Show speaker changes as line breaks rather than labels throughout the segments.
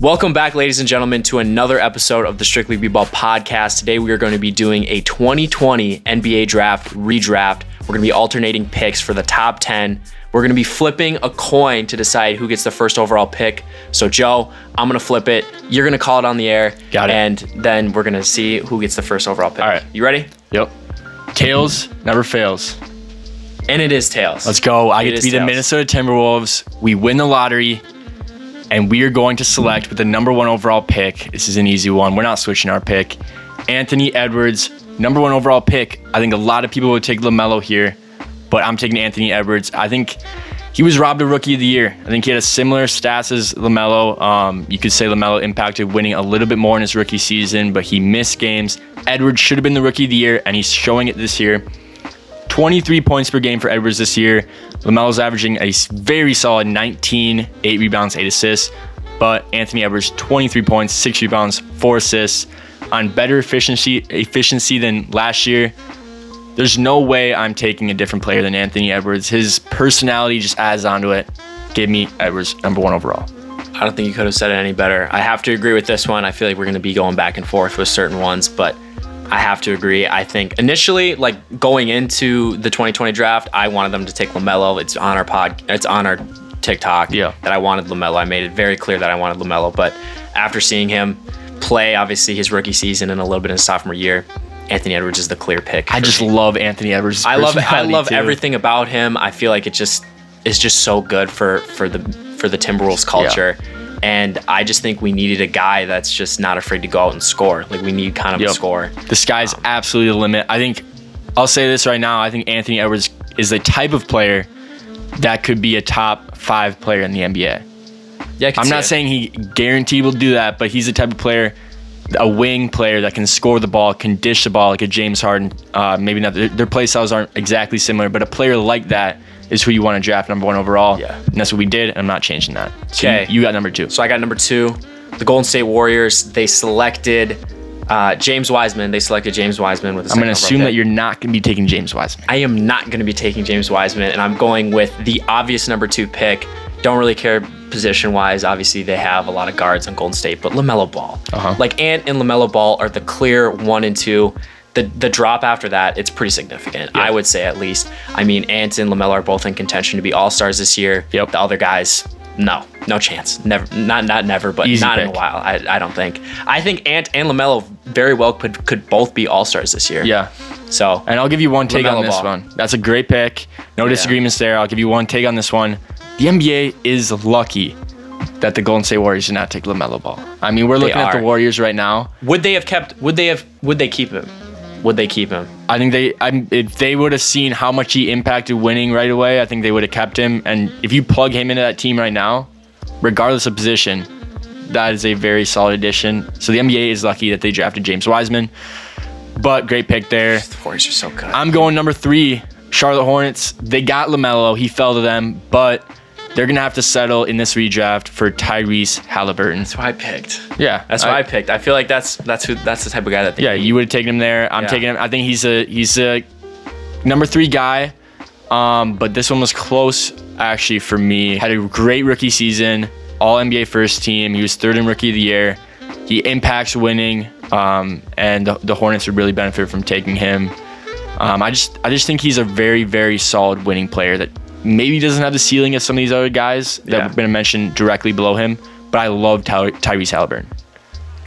Welcome back, ladies and gentlemen, to another episode of the Strictly B-Ball podcast. Today, we are going to be doing a 2020 NBA draft redraft. We're going to be alternating picks for the top 10. We're going to be flipping a coin to decide who gets the first overall pick. So, Joe, I'm going to flip it. You're going to call it on the air.
Got it.
And then we're going to see who gets the first overall pick.
All right.
You ready?
Yep. Tails never fails.
And it is tails.
Let's go. I
It
get
is
to be the
tails.
Minnesota Timberwolves. We win the lottery, and we are going to select with the number one overall pick. This is an easy one. We're not switching our pick. Anthony Edwards, number one overall pick. I think a lot of people would take LaMelo here, but I'm taking Anthony Edwards. I think he was robbed of rookie of the year. I think he had a similar stats as LaMelo. Um, you could say LaMelo impacted winning a little bit more in his rookie season, but he missed games. Edwards should have been the rookie of the year, and he's showing it this year. 23 points per game for Edwards this year. LaMelo's averaging a s- very solid 19, 8 rebounds, 8 assists. But Anthony Edwards, 23 points, 6 rebounds, 4 assists on better efficiency efficiency than last year. There's no way I'm taking a different player than Anthony Edwards. His personality just adds onto it. Give me Edwards number 1 overall.
I don't think you could have said it any better. I have to agree with this one. I feel like we're going to be going back and forth with certain ones, but I have to agree. I think initially, like going into the 2020 draft, I wanted them to take Lamelo. It's on our pod. It's on our TikTok.
Yeah.
That I wanted Lamelo. I made it very clear that I wanted Lamelo. But after seeing him play, obviously his rookie season and a little bit in his sophomore year, Anthony Edwards is the clear pick.
I
for
just
me.
love Anthony Edwards.
I love I
personality,
love
too.
everything about him. I feel like it just is just so good for for the for the Timberwolves culture. And I just think we needed a guy that's just not afraid to go out and score. Like we need kind of
Yep.
a score.
The sky's absolutely the limit. I think I'll say this right now. I think Anthony Edwards is the type of player that could be a top five player in the NBA.
Yeah, I
I'm not saying he guaranteed will do that, but he's the type of player, a wing player that can score the ball, can dish the ball like a James Harden. Uh, maybe not their, their play styles aren't exactly similar, but a player like that is who you want to draft number one overall.
Yeah.
and that's what we did. And I'm not changing that. So
Okay.
you, you got number two.
So I got number two, the Golden State Warriors. They selected uh, James Wiseman. They selected James Wiseman with. i
I'm going to assume that you're not going to be taking James Wiseman.
I am not going to be taking James Wiseman, and I'm going with the obvious number two pick. Don't really care position wise. Obviously, they have a lot of guards on Golden State, but Lamelo Ball,
Uh-huh.
like Ant and Lamelo Ball, are the clear one and two. The the drop after that, it's pretty significant. I would say at least. I mean, Ant and Lamelo are both in contention to be All Stars this year.
Yep.
The other guys, no, no chance. Never, not not never, but
Easy
not in a
pick.
while. I, I don't think. I think Ant and Lamelo very well could could both be All Stars this year.
Yeah.
So
And I'll give you one take
LaMelo
on this
Ball.
one. That's a great pick. No disagreements there. I'll give you one take on this one. The NBA is lucky that the Golden State Warriors did not take LaMelo Ball. I mean, we're looking at
are.
the Warriors right now.
Would they have kept? Would they have? Would they keep him? Would they keep him?
I think they, I'm, if they would have seen how much he impacted winning right away, I think they would have kept him. And if you plug him into that team right now, regardless of position, that is a very solid addition. So the NBA is lucky that they drafted James Wiseman. But great pick there.
The Warriors are so good.
I'm going number three, Charlotte Hornets. They got LaMelo. He fell to them, but they're going to have to settle in this redraft for Tyrese Halliburton.
that's why I picked.
Yeah.
That's why I, picked. I feel like that's that's who that's the type of guy that. They,
Yeah, you would have taken him there. I'm
Yeah.
taking him. I think he's a he's a number three guy. Um, but this one was close actually for me. Had a great rookie season, all NBA first team. He was third in rookie of the year. He impacts winning, um, and the, the Hornets would really benefit from taking him. Um, I just I just think he's a very very solid winning player that maybe doesn't have the ceiling of some of these other guys that
Yeah.
have been mentioned directly below him. But I love Ty- Tyrese Halliburton.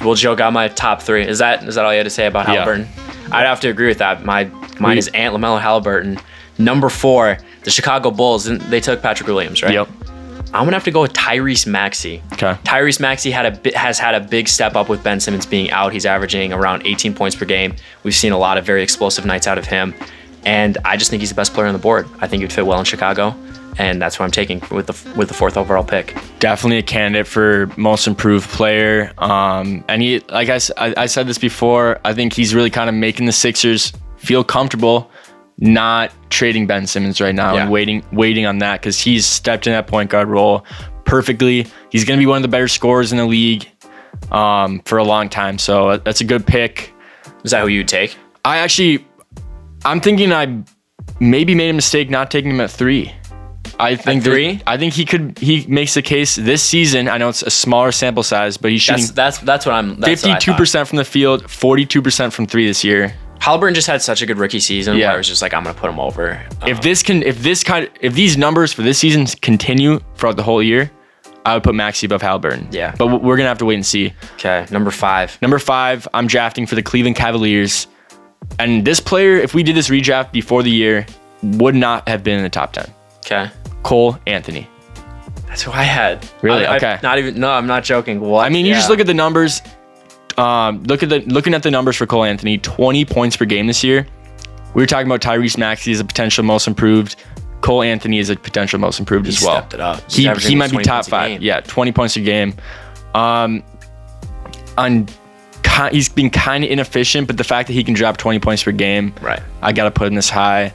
Well, Joe got my top three. Is that is that all you had to say about
Yeah.
Halliburton? I'd have to agree with that. My mine
We-
is Ant Lamelo Halliburton. Number four, the Chicago Bulls. didn't- They took Patrick Williams, right?
Yep.
I'm gonna have to go with Tyrese Maxey.
Okay.
Tyrese Maxey had a bi- has had a big step up with Ben Simmons being out. He's averaging around 18 points per game. We've seen a lot of very explosive nights out of him, and I just think he's the best player on the board. I think he'd fit well in Chicago, and that's what I'm taking with the with the fourth overall pick.
definitely a candidate for most improved player. Um, and he, like I, s- I- I said this before, I think he's really kind of making the Sixers feel comfortable not trading Ben Simmons right now
Yeah.
and waiting, waiting on that because he's stepped in that point guard role perfectly. He's going to be one of the better scorers in the league um, for a long time. So uh, that's a good pick.
Is that who you'd take?
I actually, I'm thinking I maybe made a mistake not taking him at three. I think that-
three?
I think he could. He makes the case this season. I know it's a smaller sample size, but he's shooting
That's that's that's what I'm. That's what I thought. Uh-huh.
fifty-two percent from the field, forty-two percent from three this year.
Halliburton just had such a good rookie season.
Yeah.
where I was just like, I'm gonna put him over. Um,
If this can, if this kind, if these numbers for this season continue throughout the whole year, I would put Maxi above Halliburton.
Yeah.
but w- we're gonna have to wait and see.
okay, number five.
Number five, I'm drafting for the Cleveland Cavaliers, and this player, if we did this redraft before the year, would not have been in the top ten.
Okay,
Cole Anthony.
that's who I had.
Really?
I- I-
Okay.
Not even. No, I'm not joking. What?
I mean, you just look at the numbers. Um, look at the looking at the numbers for Cole Anthony. Twenty points per game this year. We were talking about Tyrese Maxey as a potential most improved. Cole Anthony is a potential most improved as well.
stepped it up. He's
He,
averaging
he might be
20
top
points a
five.
game.
Yeah, twenty points a game. Um, on ki- he's been kind of inefficient, but the fact that he can drop twenty points per game,
Right.
I gotta put him this high.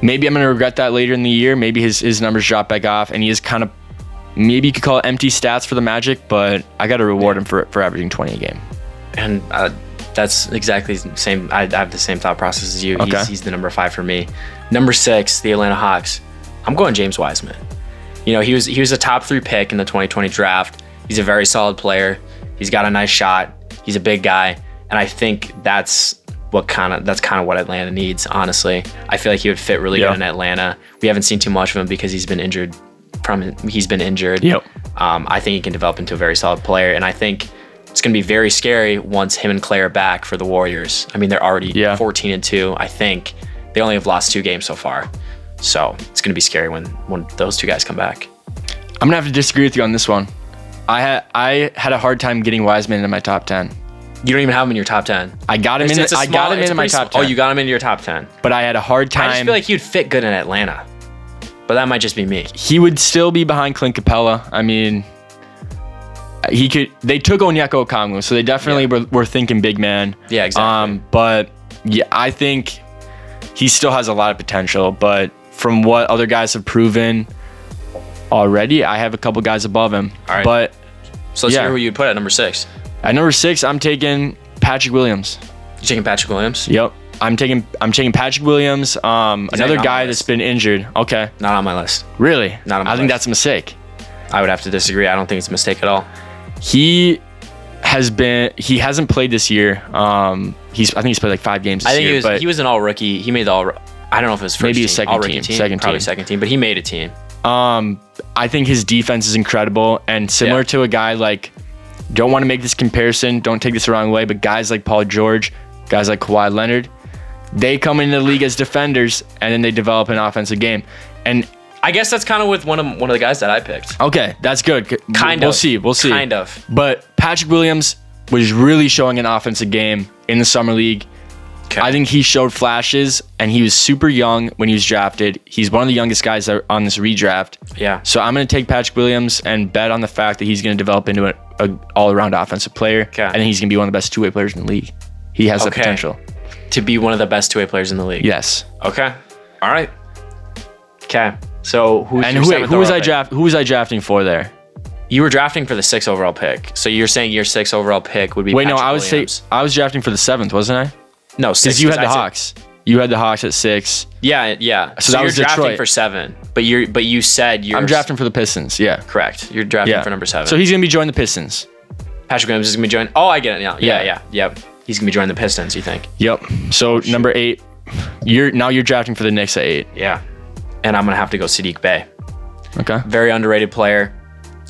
Maybe I'm gonna regret that later in the year. Maybe his his numbers drop back off, and he is kind of maybe you could call it empty stats for the Magic, but I gotta reward him for for averaging 20 a game.
and uh, that's exactly the same. I, I have the same thought process as you.
Okay.
He's, he's the number five for me. Number six, the Atlanta Hawks. I'm going James Wiseman. You know, he was he was a top three pick in the 2020 draft. He's a very solid player. He's got a nice shot. He's a big guy, and I think that's what kind of that's kind of what Atlanta needs. Honestly, I feel like he would fit really
Yeah.
good in Atlanta. We haven't seen too much of him because he's been injured. From he's been injured.
Yep.
Um, I think he can develop into a very solid player, and I think it's going to be very scary once him and Claire are back for the Warriors. I mean, they're already
Yeah.
14 and two. I think they only have lost two games so far, so it's going to be scary when when those two guys come back.
I'm gonna have to disagree with you on this one. I had I had a hard time getting Wiseman into my top 10.
You don't even have him in your top 10.
I got him in.
It's a
I
small-
got him
it's
into my
pretty
top
small-
10.
Oh, you got him into your top 10.
but I had a hard time.
I just feel like he'd fit good in Atlanta, but that might just be me.
he would still be behind Clint Capella. I mean, he could. They took Onyeko Okongwu, so they definitely were, were thinking big man.
Yeah, exactly.
Um, but yeah, I think he still has a lot of potential. But from what other guys have proven already, I have a couple guys above him.
All right.
But
So let's
Uh, yeah.
hear who you'd put at number six.
at number six, I'm taking Patrick Williams.
You taking Patrick Williams?
Yep. I'm taking I'm taking Patrick Williams, um,
not
another
on my
guy that's
list.
been injured. Okay,
Not on my list.
really?
Not on my
I think
list.
that's a mistake.
I would have to disagree. I don't think it's a mistake at all.
he has been he hasn't played this year. Um, he's I think he's played like five games. This
I think
year,
he was
but
he was an all rookie. He made the all. I don't know if it was first
Maybe
team,
his second
all-rookie
team, second
probably
team.
second team, but he made a team.
um, I think his defense is incredible and similar
Yeah.
to a guy like. Don't want to make this comparison. Don't take this the wrong way, but guys like Paul George, guys like Kawhi Leonard, they come into the league as defenders and then they develop an offensive game. And
I guess that's kind of with one of one of the guys that I picked.
okay, that's good. Kind
Kind
We'll
of.
see. We'll see.
Kind of.
But Patrick Williams was really showing an offensive game in the summer league.
Okay.
I think he showed flashes and he was super young when he was drafted. He's one of the youngest guys that- on this redraft.
yeah.
So I'm going to take Patrick Williams and bet on the fact that he's going to develop into an all-around offensive player.
Okay.
I think he's going to be one of the best two-way players in the league. He has the
Okay.
potential.
To be one of the best two-way players in the league.
Yes.
Okay. All right. Okay. So who's
And
your
who,
seventh
who was
overall
I
pick?
draft? Who was I drafting for there?
You were drafting for the sixth overall pick. So you're saying your sixth overall pick would be
Wait, no,
Patrick
I was say,
Williams.
I was drafting for the seventh, wasn't I?
no six.
Because you had the
I said-
Hawks. You had the Hawks at six.
Yeah, yeah. So,
that
you're
was
drafting
Detroit.
for seven, but you're but you said you're
I'm drafting for the Pistons. Yeah.
correct. You're drafting
Yeah.
for number seven.
So he's going to be joining the Pistons.
Patrick Williams is gonna be joining. Oh, I get it now. Yeah,
Yeah.
yeah, yep. He's gonna be joining the Pistons. You think?
Yep.
Oh,
So number eight, you're now you're drafting for the Knicks at eight.
Yeah. And I'm gonna have to go Sadiq Bay.
Okay.
Very underrated player.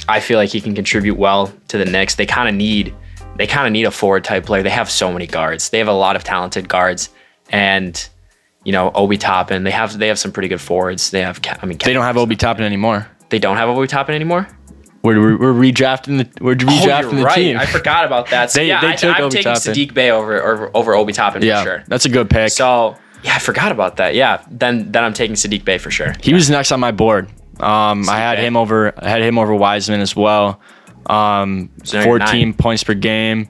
I feel like he can contribute well to the Knicks. They kind of need, they kind of need a forward type player. They have so many guards. They have a lot of talented guards, and you know Obi Toppin. They have they have some pretty good forwards. They have. Ca- I mean, Ca-
They don't have Obi Toppin anymore.
They don't have Obi Toppin anymore.
We're, we're, we're redrafting the we're
Oh,
redrafting
you're
the
right.
team.
I forgot about that. So
They-
yeah,
they
I,
took
I'm
Obi
taking
Toppin.
Sadiq Bay over over, over Obi Toppin
yeah,
for sure.
that's a good pick.
So yeah, I forgot about that. Yeah, then then I'm taking Sadiq Bay for sure.
he was next on my board. Um, I had
okay.
him over I had him over Wiseman as well. Um,
So now you're
14
nine.
points per game,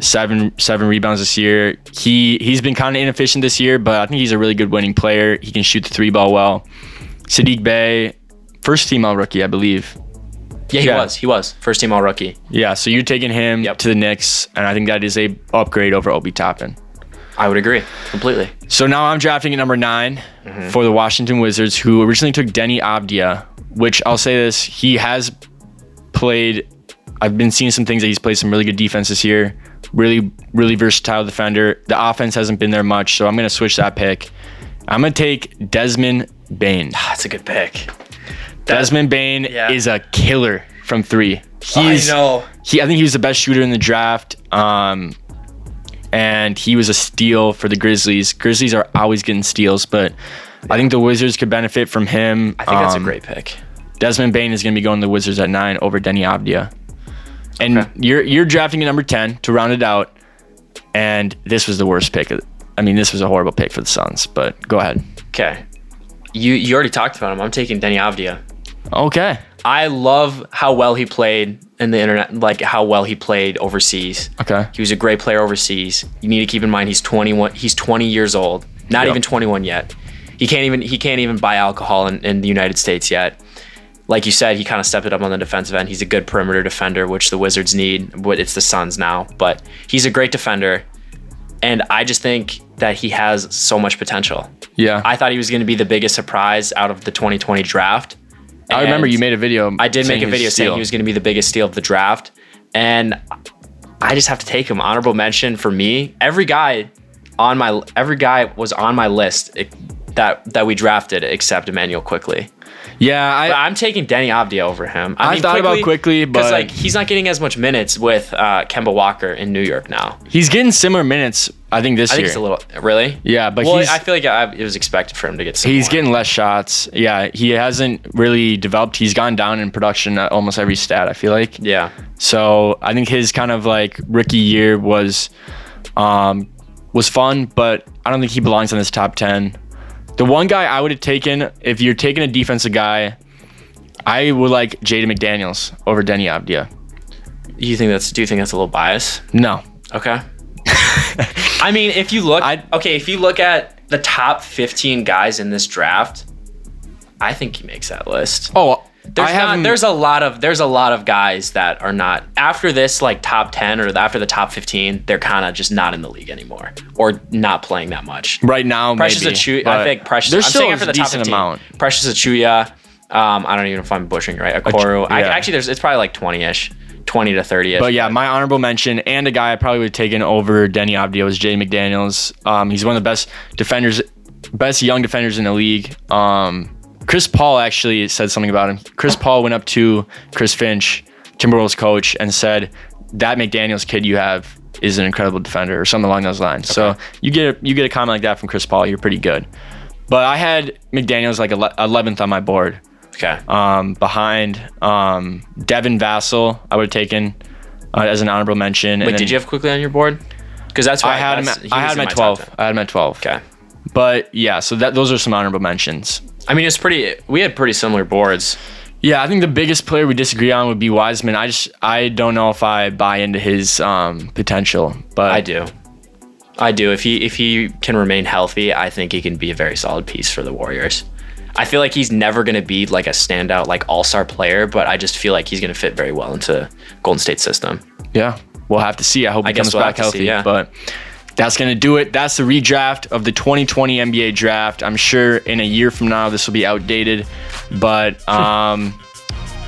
seven seven rebounds this year. He he's been kind of inefficient this year, but I think he's a really good winning player. He can shoot the three ball well. Sadiq Bay, first team all rookie, I believe.
Yeah, he
Yeah.
was. He was first team all rookie.
Yeah, so you're taking him
Yep.
to the Knicks, and I think that is a upgrade over Obi Toppin.
I would agree completely.
So now I'm drafting at number 9
Mm-hmm.
for the Washington Wizards, who originally took Denny Abdia, which I'll say this, he has played. I've been seeing some things that he's played some really good defense this year. Really, really versatile defender. The offense hasn't been there much, so I'm going to switch that pick. I'm going to take Desmond Bain.
That's a good pick.
Desmond Bain
yeah.
is a killer from three. He's,
I know.
He, I think he was the best shooter in the draft. Um, and he was a steal for the Grizzlies. Grizzlies are always getting steals, but I think the Wizards could benefit from him. Um,
I think that's a great pick.
Desmond Bain is going to be going to the Wizards at nine over Denny Abdia. And you're you're drafting at number ten to round it out. And this was the worst pick. I mean, this was a horrible pick for the Suns. But go ahead.
Okay. You you already talked about him. I'm taking Denny Avdia.
Okay.
I love how well he played in the internet, like how well he played overseas.
Okay.
He was a great player overseas. You need to keep in mind he's 21. He's 20 years old. Not
Yep.
even 21 yet. He can't even he can't even buy alcohol in, in the United States yet. Like you said, he kind of stepped it up on the defensive end. He's a good perimeter defender, which the Wizards need. But it's the Suns now. But he's a great defender, and I just think that he has so much potential.
Yeah.
I thought he was going to be the biggest surprise out of the 2020 draft.
I remember
And-
you made a video.
I did make a video saying he was going to be the biggest steal of the draft, and I just have to take him. Honorable mention for me. Every guy on my every guy was on my list eh, that that we drafted except Emmanuel quickly.
Yeah, I,
But I'm taking Denny Abdia over him.
I thought about Quickly, but-
like he's not getting as much minutes with uh, Kemba Walker in New York now.
he's getting similar minutes. I think this
I think
year.
it's a little really.
yeah, but
well,
he's
I feel like I, it was expected for him to get. Some
he's
more.
getting less shots. Yeah, he hasn't really developed. He's gone down in production at almost every stat. I feel like.
yeah.
So I think his kind of like rookie year was, um, was fun, but I don't think he belongs in this top ten. The one guy I would have taken if you're taking a defensive guy, I would like Jaden McDaniels over Denny Abdia.
You think that's? Do you think that's a little bias?
No,
Okay. I mean, if you look,
I'd-
okay, if you look at the top 15 guys in this draft, I think he makes that list.
Oh,
There's,
I have
not, there's a lot of there's a lot of guys that are not after this like top 10 or after the top 15 they're kind of just not in the league anymore or not playing that much
right now.
Precious
maybe,
Achuya I
but
think Precious
There's
I'm
still
saying
a
after the top
decent
15
amount.
Precious Achuya um I don't even know if I'm butchering it right Okoro I,
yeah.
actually there's it's probably like 20ish 20 to 30ish
But yeah, my honorable mention and a guy I probably would have taken over Denny Abdio is Jay McDaniels. Um, he's one of the best defenders, best young defenders in the league. Um, Chris Paul actually said something about him. Chris Paul went up to Chris Finch, Timberwolves coach, and said that McDaniels kid you have is an incredible defender or something along those lines. So you get a, you get a comment like that from Chris Paul, you're pretty good. But I had McDaniels like ele- 11th on my board
okay
um, behind um, Devin Vassell, I would have taken uh, as an honorable mention.
Wait, did you have quickly on your board? Because that's why
I had him.
that's- he
At, I
was
had
in
him at
top
twelve.
10.
I had him at twelve.
Okay.
But yeah, so that those are some honorable mentions.
I mean, it's pretty. We had pretty similar boards.
Yeah, I think the biggest player we disagree on would be Wiseman. I just I don't know if I buy into his um, potential, but
I do. I do. If he if he can remain healthy, I think he can be a very solid piece for the Warriors. I feel like he's never going to be like a standout like all-star player, but I just feel like he's going to fit very well into Golden State's system.
Yeah, we'll have to see. I hope he
guess
comes
we'll have
back
to
healthy.
see, yeah.
But that's going to do it. That's the redraft of the 2020 NBA draft. I'm sure in a year from now, this will be outdated. But um,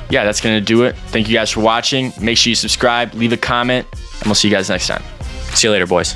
yeah, that's going to do it. Thank you guys for watching. Make sure you subscribe, leave a comment, and we'll see you guys next time.
See you later, boys.